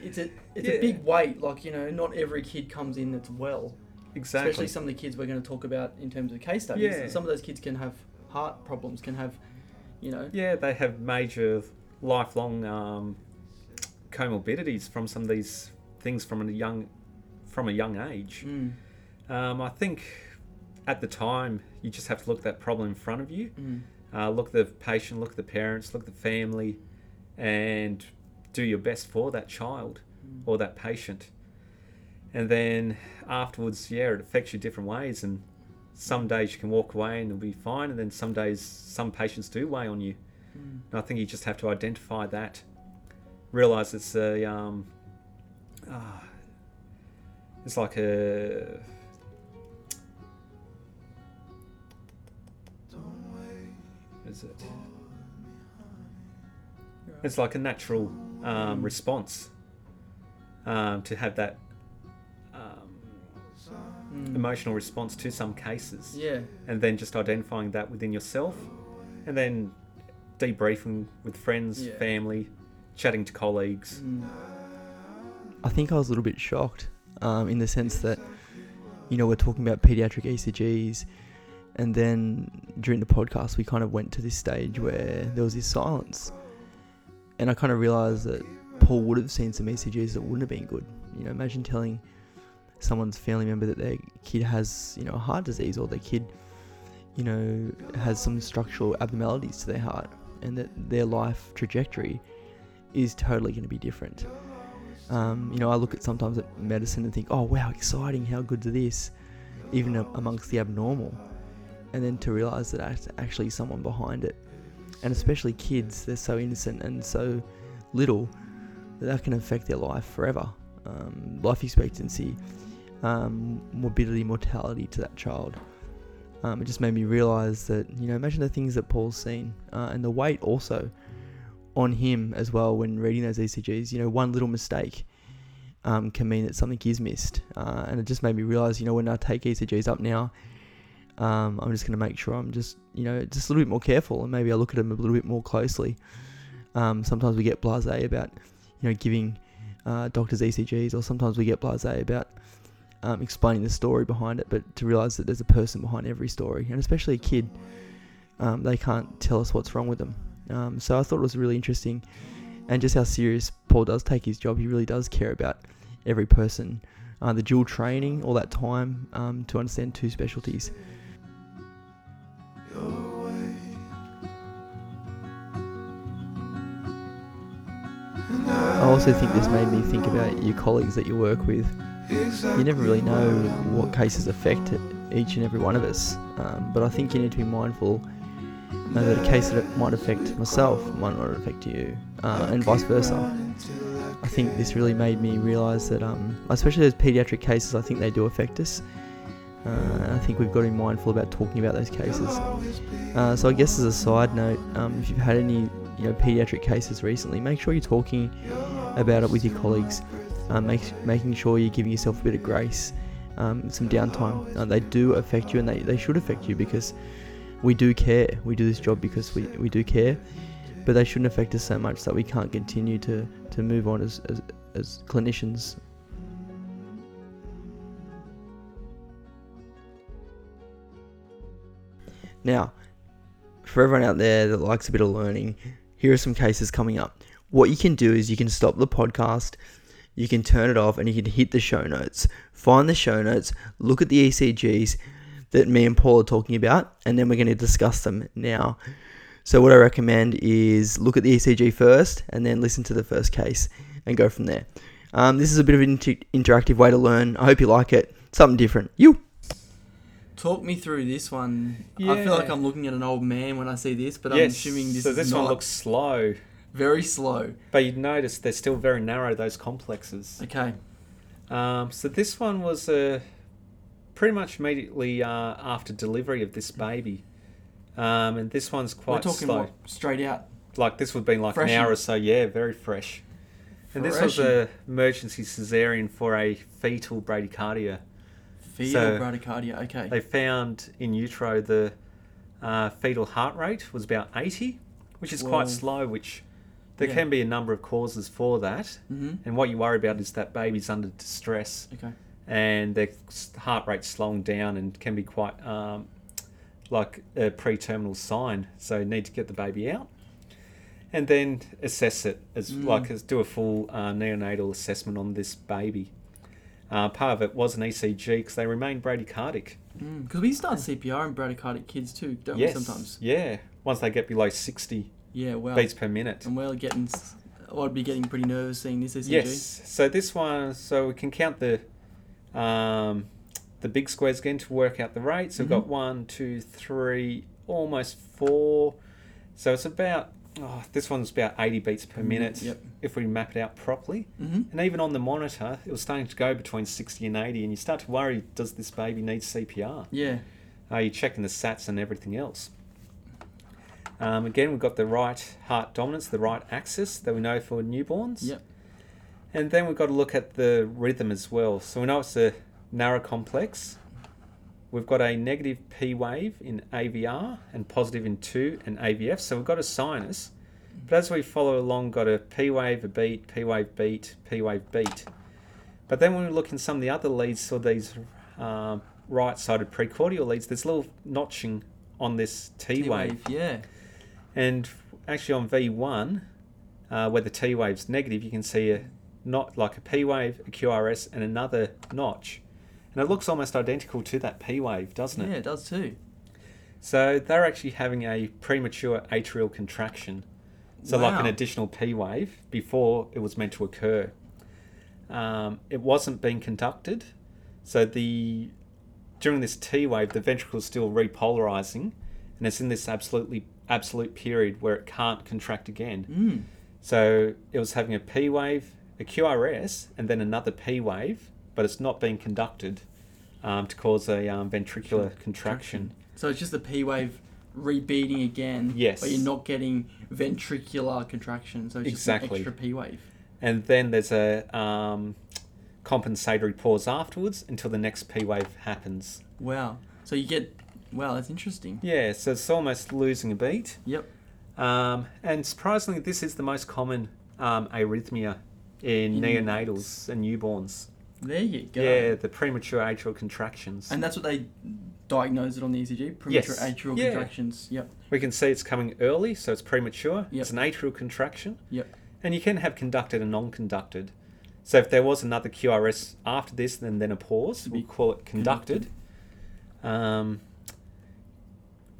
it's a it's a
Yeah.
big weight. Like you know, not every kid comes in that's well.
Exactly.
Especially some of the kids we're going to talk about in terms of case studies.
Yeah.
Some of those kids can have heart problems. Can have, you know.
Yeah, they have major lifelong um, comorbidities from some of these things from a young from a young age.
Mm,
Um, I think at the time you just have to look at that problem in front of you.
mm,
Uh, look at the patient, look at the parents, look at the family, and do your best for that child or that patient. And then afterwards, yeah, it affects you different ways. And some days you can walk away and it'll be fine. And then some days, some patients do weigh on you.
mm,
And I think you just have to identify that, realize it's a, um, ah, it's like a, is it?
you're right.
It's like a natural um, response um, to have that um,
Mm.
emotional response to some cases,
Yeah.
and then just identifying that within yourself, and then debriefing with friends,
Yeah.
family, chatting to colleagues.
Mm.
I think I was a little bit shocked um, in the sense that, you know, we're talking about pediatric ECGs, and then during the podcast, we kind of went to this stage where there was this silence. And I kind of realized that Paul would have seen some ECGs that wouldn't have been good. You know, imagine telling someone's family member that their kid has, you know, a heart disease or their kid, you know, has some structural abnormalities to their heart and that their life trajectory is totally going to be different um, you know, I look at sometimes at medicine and think, oh wow, exciting, how good's this, even a- amongst the abnormal, and then to realise that there's actually someone behind it, and especially kids, they're so innocent and so little that that can affect their life forever. Um, life expectancy, um, morbidity, mortality to that child. Um, it just made me realise that you know, imagine the things that Paul's seen uh, and the weight also on him as well when reading those ECGs. You know, one little mistake um, can mean that something is missed, uh, and it just made me realize. You know, when I take ECGs up now, um, I'm just going to make sure I'm just you know just a little bit more careful, and maybe I look at them a little bit more closely. Um, sometimes we get blasé about you know giving uh, doctors ECGs, or sometimes we get blasé about um, explaining the story behind it, but to realize that there's a person behind every story, and especially a kid, um, they can't tell us what's wrong with them. Um, so I thought it was really interesting, and just how serious Paul does take his job. He really does care about every person. Uh, the dual training, all that time um, to understand two specialties. I also think this made me think about your colleagues that you work with. You never really know what cases affect each and every one of us, um, but I think you need to be mindful know that a case that might affect myself might not affect you, uh, and vice versa. I think this really made me realise that, um, especially those paediatric cases, I think they do affect us. Uh, and I think we've got to be mindful about talking about those cases. Uh, so I guess as a side note, um, if you've had any you know paediatric cases recently, make sure you're talking about it with your colleagues. Uh, make, making sure you're giving yourself a bit of grace, um, some downtime. Uh, they do affect you, and they, they should affect you because we do care. We do this job because we, we do care, but they shouldn't affect us so much that we can't continue to, to move on as, as, as clinicians. Now, for everyone out there that likes a bit of learning, here are some cases coming up. What you can do is you can stop the podcast, you can turn it off, and you can hit the show notes. Find the show notes, look at the ECGs, that me and Paul are talking about, and then we're going to discuss them now. So, what I recommend is look at the ECG first and then listen to the first case and go from there. Um, this is a bit of an inter- interactive way to learn. I hope you like it. Something different. You!
Talk me through this one. I feel like
Yeah.
I'm looking at an old man when I see this, but I'm
Yes,
assuming this
so
is
this
not
one looks slow,
very slow.
but you'd notice they're still very narrow. Those complexes.
Okay.
Um, so this one was uh, pretty much immediately uh, after delivery of this baby, um, and this one's quite
We're talking
slow.
what, straight out.
Like this would have been like
Fresh
an hour
and-
or so. Yeah, very fresh. And this was
Fresh
a emergency cesarean for a fetal bradycardia.
Fetal
so-
bradycardia. Okay.
They found in utero the uh, fetal heart rate was about 80, which is
Whoa.
quite slow, which There
Yeah.
can be a number of causes for that,
Mm-hmm.
and what you worry about is that baby's under distress
Okay.
and their s- heart rate's slowing down and can be quite um, like a pre-terminal sign. So you need to get the baby out and then assess it as
Mm.
like as do a full uh, neonatal assessment on this baby. Uh, part of it was an ECG because they remain bradycardic.
Because Mm, we start CPR and bradycardic kids too, don't
yes,
we? Sometimes.
yeah. Once they get below sixty
Yeah. Wow.
beats per minute.
And we're getting. s- I'd be getting pretty nervous seeing this ECG.
Yes. So this one, so we can count the um, the big squares again to work out the rate. So we've got
Mhm.
one, two, three, almost four. So it's about oh, this one's about eighty beats per minute
Mm-hmm. Yep.
if we map it out properly.
Mm-hmm.
And even on the monitor, it was starting to go between sixty and eighty, and you start to worry: Does this baby need CPR?
Yeah.
Are you checking the sats and everything else? Um, again, we've got the right heart dominance, the right axis that we know for newborns.
Yep.
And then we've got to look at the rhythm as well. So we know it's a narrow complex. We've got a negative P wave in AVR and positive in 2 and AVF. So we've got a sinus. But as we follow along, got a P wave, a beat, P wave, beat, P wave, beat. But then when we look in some of the other leads, or these um, right sided precordial leads, there's a little notching on this T, wave.
Yeah.
And actually, on V1, uh, where the T wave's negative, you can see a not like a P wave, a QRS, and another notch. And it looks almost identical to that P wave, doesn't
Yeah,
it?
it does too.
So they're actually having a premature atrial contraction. So, like an
Wow.
additional P wave before it was meant to occur. Um, it wasn't being conducted. So, the during this T wave, the ventricle's still repolarizing and it's in this absolutely absolute period where it can't contract again.
Mm.
So it was having a P wave, a QRS, and then another P wave, but it's not being conducted um, to cause a um, ventricular contraction.
So it's just the P wave rebeating again.
Yes.
But you're not getting ventricular contraction. So it's
Exactly.
just an extra P wave.
And then there's a um, compensatory pause afterwards until the next P wave happens.
Wow. So you get. Wow, that's interesting.
Yeah, so it's almost losing a beat.
Yep.
Um, and surprisingly, this is the most common um, arrhythmia in
In
neonatals and newborns.
There you go.
Yeah, the premature atrial contractions.
And that's what they diagnosed it on the ECG. Premature
Yes.
atrial
Yeah.
contractions. Yep.
We can see it's coming early, so it's premature.
Yep.
It's an atrial contraction.
Yep.
And you can have conducted and non conducted. So if there was another QRS after this, then then a pause,
To
we
be
call it conducted. Um,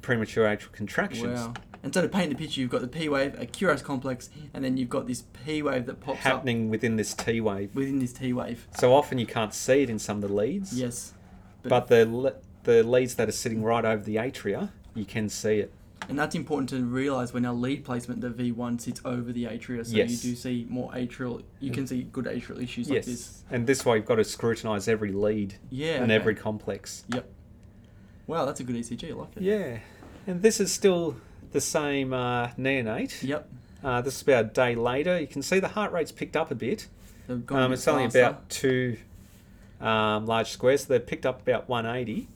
premature atrial contractions.
Wow. And so to paint the picture, you've got the P wave, a QRS complex, and then you've got this P wave that pops
Happening within this T wave.
up within this T wave.
So often you can't see it in some of the leads,
Yes.
but, the le- the leads that are sitting right over the atria, you can see it.
And that's important to realise when our lead placement, the V1 sits over the atria, so
Yes.
you do see more atrial. You can see good atrial issues like this.
And this way you've got to scrutinise every lead
Yeah.
and
okay.
every complex.
Yep. Wow, that's a good ECG. I like it.
Yeah, and this is still the same uh, neonate.
Yep.
Uh, this is about a day later. You can see the heart rate's picked up a bit.
They've gone a
Um,
bit
it's only
faster.
about two um, large squares, so they've picked up about 180.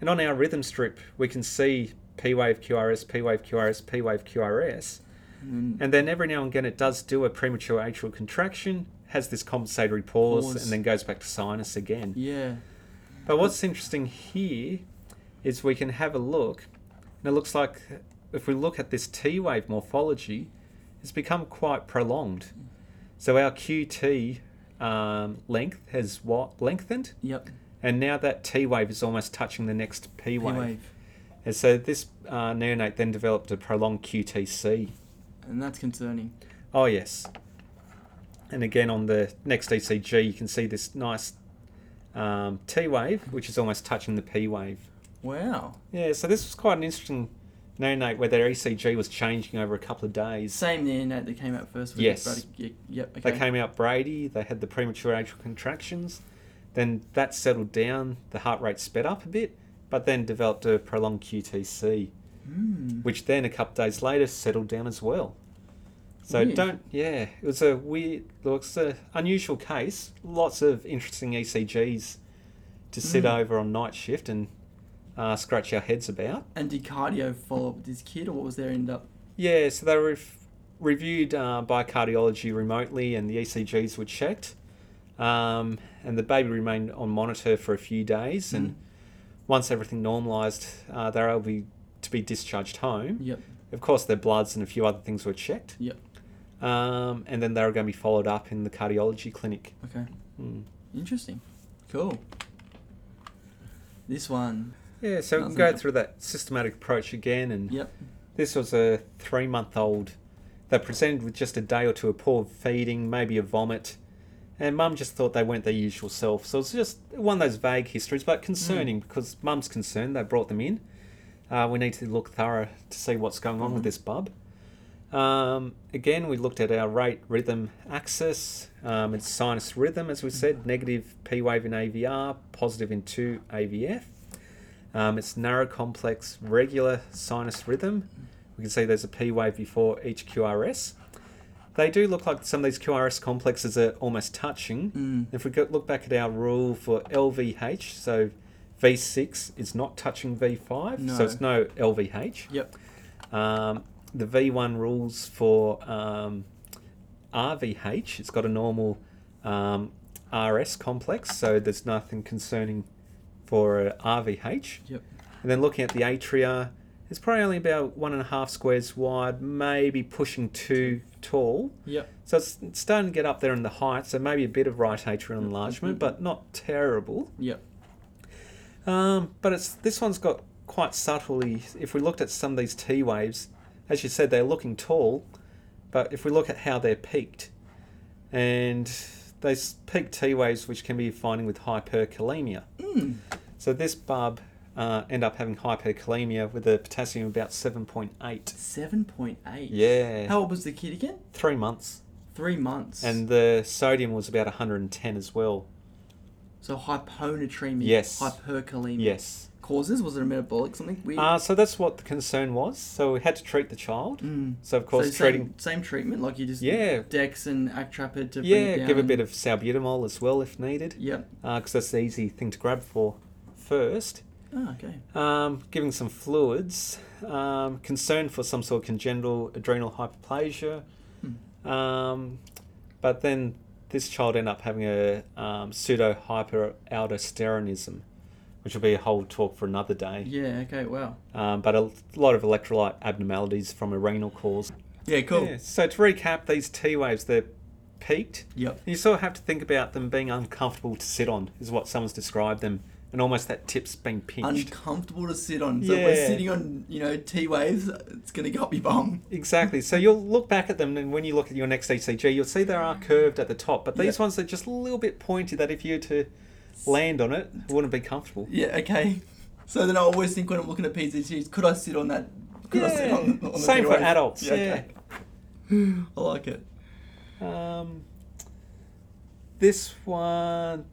And on our rhythm strip, we can see P wave QRS, P wave QRS, P wave QRS.
Mm.
And then every now and again, it does do a premature atrial contraction, has this compensatory pause,
Pause.
and then goes back to sinus again.
Yeah.
But what's interesting here is we can have a look, and it looks like if we look at this T wave morphology, it's become quite prolonged. So our QT um, length has what lengthened,
Yep.
and now that T wave is almost touching the next P
P
wave.
wave.
And so this uh, neonate then developed a prolonged QTC.
And that's concerning.
Oh yes. And again on the next ECG, you can see this nice um, T wave, which is almost touching the P wave.
Wow.
Yeah, so this was quite an interesting neonate where their ECG was changing over a couple of days.
Same neonate that came out first. with
Yes.
the bradyc- y- Yep. Okay.
They came out Brady, they had the premature atrial contractions, then that settled down, the heart rate sped up a bit, but then developed a prolonged QTC,
Mm.
which then a couple of days later settled down as well. So
Weird.
don't, yeah, it was a weird, looks a unusual case. Lots of interesting ECGs to sit
Mm.
over on night shift and uh, scratch our heads about.
And did cardio follow up with this kid, or what was their end up?
Yeah, so they were reviewed uh, by cardiology remotely, and the ECGs were checked. Um, and the baby remained on monitor for a few days, and once everything normalised, uh, they were able to be, to be discharged home.
Yep.
Of course, their bloods and a few other things were checked,
Yep.
um, and then they were going to be followed up in the cardiology clinic.
Okay.
Mm.
Interesting. Cool. This one.
Yeah, so we can
Nothing
go
to-
through that systematic approach again, and
Yep.
This was a three month old that presented with just a day or two of poor feeding, maybe a vomit, and mum just thought they weren't their usual self. So it's just one of those vague histories, but concerning because mum's concerned they brought them in. Uh, we need to look thorough to see what's going on with this bub. Um, again, we looked at our rate rhythm axis, um, its sinus rhythm, as we said, negative P wave in AVR, positive in 2 AVF. Um, it's narrow complex regular sinus rhythm. We can see there's a P wave before each QRS. They do look like some of these QRS complexes are almost touching.
Mm.
If we go, look back at our rule for LVH, so V6 is not touching V5,
No.
so it's no LVH.
Yep.
Um, the V1 rules for um, RVH, it's got a normal um, RS complex, so there's nothing concerning for a RVH.
Yep.
And then looking at the atria, it's probably only about one and a half squares wide, maybe pushing two tall.
Yep.
So it's it's starting to get up there in the height, so maybe a bit of right atrial enlargement, but not terrible.
Yep.
Um, but it's this one's got quite subtly. If we looked at some of these T waves, as you said, they're looking tall, but if we look at how they're peaked, and those peak T waves, which can be finding with hyperkalemia. So this bub uh, end up having hyperkalemia with a potassium of about seven point eight.
Seven point eight.
Yeah,
How old was the kid again?
three months,
Three months.
and the sodium was about one hundred and ten as well.
so hyponatremia.
Yes.
Hyperkalemia.
Yes.
Causes was it a metabolic something weird?
Uh, so that's what the concern was. So we had to treat the child.
Mm.
So of course,
so same,
treating
same treatment like you just
Yeah.
Dex and Actrapid to bring it
yeah,
down
give a
and-
bit of salbutamol as well if needed,
Yep.
because that's the easy thing to grab for first.
Oh, okay.
Um, giving some fluids. Um, concern for some sort of congenital adrenal hyperplasia. Um, but then this child ended up having a um, pseudo hyperaldosteronism, which will be a whole talk for another day.
Yeah. Okay. Wow.
Um, but a lot of electrolyte abnormalities from a renal cause.
Yeah. Cool.
Yeah, so to recap, these T waves they're peaked.
Yep.
You sort of have to think about them being uncomfortable to sit on, is what someone's described them, and almost that tip's being pinched.
Uncomfortable to sit on. So if we're
Yeah.
sitting on you know T waves. It's gonna go up your bum.
exactly. So you'll look back at them, and when you look at your next ECG, you'll see they are curved at the top, but these
Yeah.
ones are just a little bit pointy. That if you were to land on it, it wouldn't be comfortable.
Yeah. Okay. So then I always think when I'm looking at PZTs, could I sit on that? Could I sit
Yeah.
on, the- on the
Same for
T-wave?
adults. Yeah.
Okay. I like it.
Um, this one,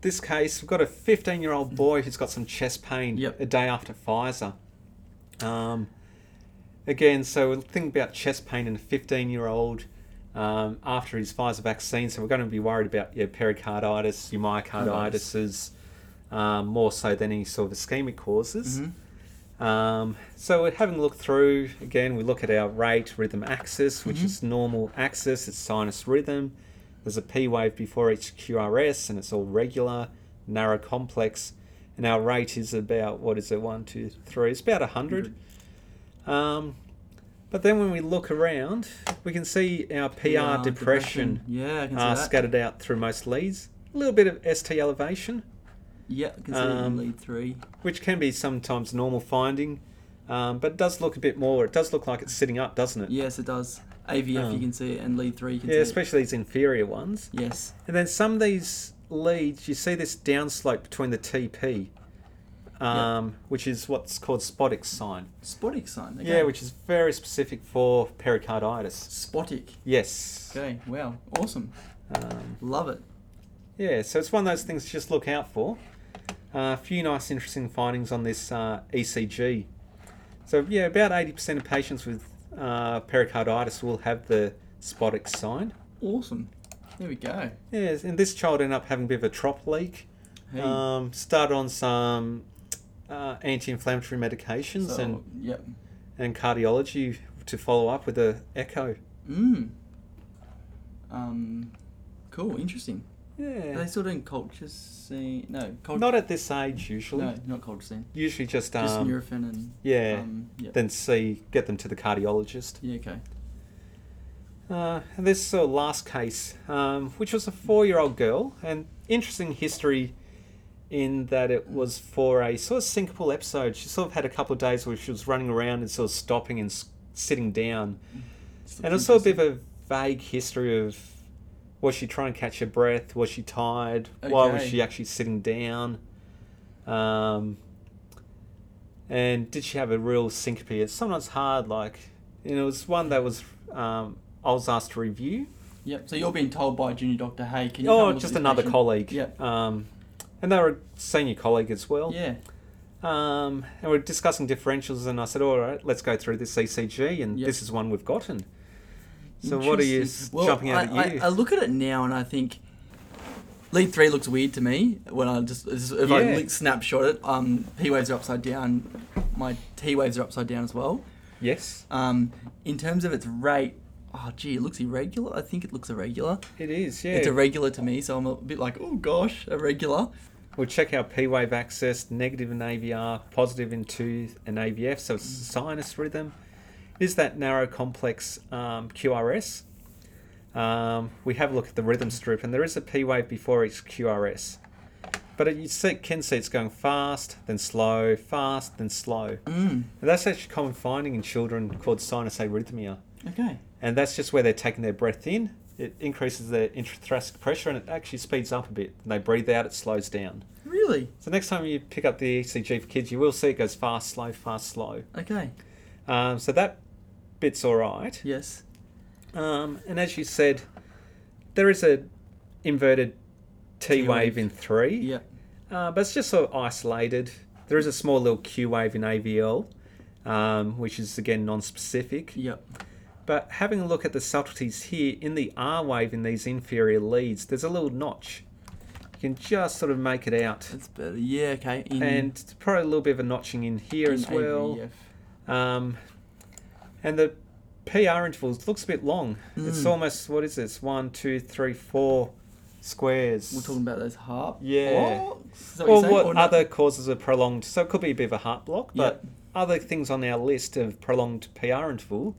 this case, we've got a 15 year old boy who's got some chest pain
Yep.
a day after Pfizer. Um, again, so we're thinking about chest pain in a 15 year old um, after his Pfizer vaccine. So we're going to be worried about your pericarditis, your myocarditis, um, more so than any sort of ischemic causes. Um, so we're having a look through again. We look at our rate rhythm axis,
Mm-hmm.
which is normal axis. It's sinus rhythm. There's a P wave before each QRS, and it's all regular, narrow complex. And our rate is about what is it? One, two, three. It's about hundred. Um, but then when we look around, we can see our PR,
Yeah,
depression,
Yeah. I can see
uh,
that.
scattered out through most leads. A little bit of ST elevation,
Yeah. I can see it in
um,
lead three.
which can be sometimes normal finding, um, but it does look a bit more. It does look like it's sitting up, doesn't it?
Yes, it does. AVF, you
Um,
can see it, and lead three, you can
Yeah,
see it.
especially these inferior ones.
Yes.
And then some of these leads, you see this downslope between the TP, um, which is what's called Spodek's sign.
Spotic sign. Okay.
Yeah, which is very specific for pericarditis.
Spotic.
Yes.
Okay. Wow. Awesome.
Um,
Love it.
yeah, so it's one of those things to just look out for. Uh, a few nice, interesting findings on this uh, ECG. So, yeah, about 80% of patients with uh, pericarditis will have the Spodek sign.
Awesome. There we go.
Yes, and this child ended up having a bit of a trop leak.
Hey.
Um, started on some uh, anti-inflammatory medications
so,
and,
yep.
and cardiology to follow up with a echo.
Mm. Um, cool. Interesting. Are
Yeah.
they still doing culture scene? No, culture.
Not at this age usually.
no, not culture scene.
Usually just um
Just Nurofen and
yeah.
Um, yeah.
then see get them to the cardiologist.
yeah. Okay.
Uh, and this is our last case, um, which was a four-year-old girl, and interesting history in that it was for a sort of syncopal episode. She sort of had a couple of days where she was running around and sort of stopping and s- sitting down, and it was sort of a bit of a vague history of was she trying to catch her breath? Was she tired? Why was
Okay.
she actually sitting down? Um, and did she have a real syncope? It's sometimes hard, like, and it was one that was um, I was asked to review.
Yep. So you're being told by a junior doctor, hey, can you? come
Oh,
and look at
just
this
another
patient?
colleague.
Yep.
Um, and they were a senior colleague as well.
Yeah.
Um, and we are discussing differentials, and I said, all right, let's go through this ECG, and
Yep.
this is one we've gotten. So what are you s-
Interesting. well,
jumping out
I,
at you?
I, I look at it now and I think lead three looks weird to me when I just just- if
Yeah.
I look- snapshot it. Um, P waves are upside down. My T waves are upside down as well.
yes,
Um, in terms of its rate, oh gee, it looks irregular. I think it looks irregular.
it is. Yeah,
It's irregular to me, so I'm a bit like, oh gosh, irregular.
We'll check our P wave access, negative in AVR, positive in tooth and AVF, so it's
Mm.
sinus rhythm. It Is that narrow complex um, QRS? Um, we have a look at the rhythm strip, and there is a P wave before each QRS. But it, you see, can see it's going fast, then slow, fast, then slow.
Mm.
And that's actually a common finding in children called sinus arrhythmia.
Okay.
And that's just where they're taking their breath in. It increases their intrathoracic pressure and it actually speeds up a bit. When they breathe out, it slows down.
Really?
So next time you pick up the ECG for kids, you will see it goes fast, slow, fast, slow.
Okay.
Um, so that bit's all right.
Yes.
Um, and as you said, there is a inverted T
T wave.
wave in three,
Yeah.
uh, but it's just sort of isolated. There is a small little Q wave in AVL, um, which is again non-specific.
Yep.
But having a look at the subtleties here in the R wave in these inferior leads, there's a little notch. You can just sort of make it out.
That's better. Yeah. Okay. In,
and it's probably a little bit of a notching in here
Mm. in
as well.
AVF.
Um, and the PR intervals looks a bit long. It's
Mm.
almost what is this? One, two, three, four squares.
We're talking about those harp.
Yeah.
blocks? Is that
or
you're saying?
what
Or not?
other causes of prolonged? So it could be a bit of a heart block, but
Yep.
other things on our list of prolonged PR interval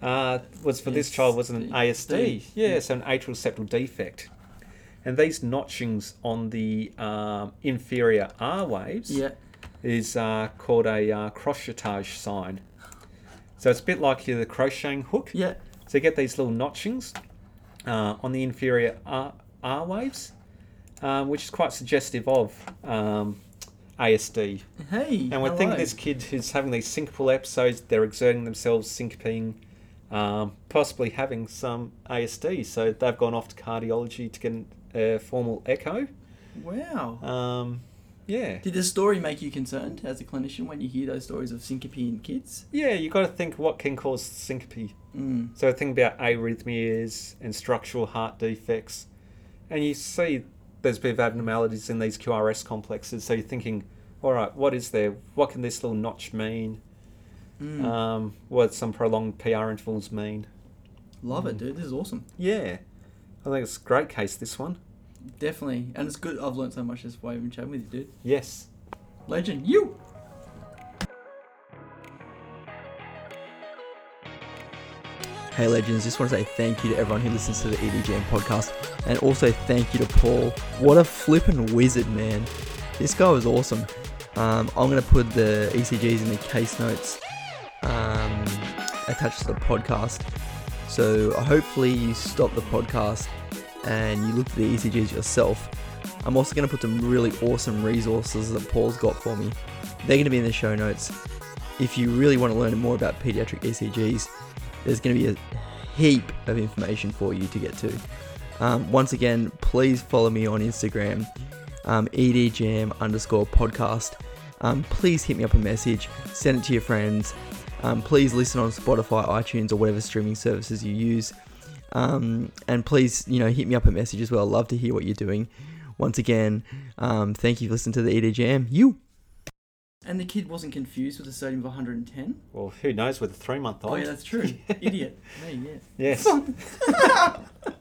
uh, was for this child was an
ASD.
ASD. Yeah,
Yeah.
so an atrial septal defect. And these notchings on the um, inferior R waves
Yeah.
is uh, called a uh, crochetage sign. So it's a bit like your crocheting hook.
Yeah.
So you get these little notchings uh, on the inferior R, R waves, um, which is quite suggestive of um, ASD.
Hey.
And we
hello.
think this kid who's having these syncopal episodes, they're exerting themselves, syncopating, um, possibly having some ASD. So they've gone off to cardiology to get a formal echo.
Wow.
Um, yeah.
Did this story make you concerned as a clinician when you hear those stories of syncope in kids?
Yeah, you got to think what can cause syncope.
Mm.
So think about arrhythmias and structural heart defects, and you see there's a bit of abnormalities in these QRS complexes. So you're thinking, all right, what is there? What can this little notch mean?
Mm.
Um, what some prolonged PR intervals mean?
Love
Hmm.
it, dude. This is awesome.
Yeah, I think it's a great case this one.
Definitely. And it's good. I've learned so much this way. I've been chatting with you, dude.
Yes.
Legend. You.
Hey Legends, just want to say thank you to everyone who listens to the E EDGM podcast and also thank you to Paul. What a flippin' wizard, man. This guy was awesome. Um, I'm going to put the ECGs in the case notes um, attached to the podcast. So hopefully you stop the podcast and you look at the ECGs yourself. I'm also going to put some really awesome resources that Paul's got for me. They're going to be in the show notes. If you really want to learn more about pediatric ECGs, there's going to be a heap of information for you to get to. Um, once again, please follow me on Instagram, um, edjam underscore podcast. Um, please hit me up a message, send it to your friends. Um, please listen on Spotify, iTunes, or whatever streaming services you use. Um, and please, you know, hit me up a message as well. I'd love to hear what you're doing. Once again, um, thank you for listening to the EDJM. You.
And the kid wasn't confused with a sodium of 110.
Well, who knows with a three month old?
Oh yeah, that's true. Idiot. Me, yeah.
Yes.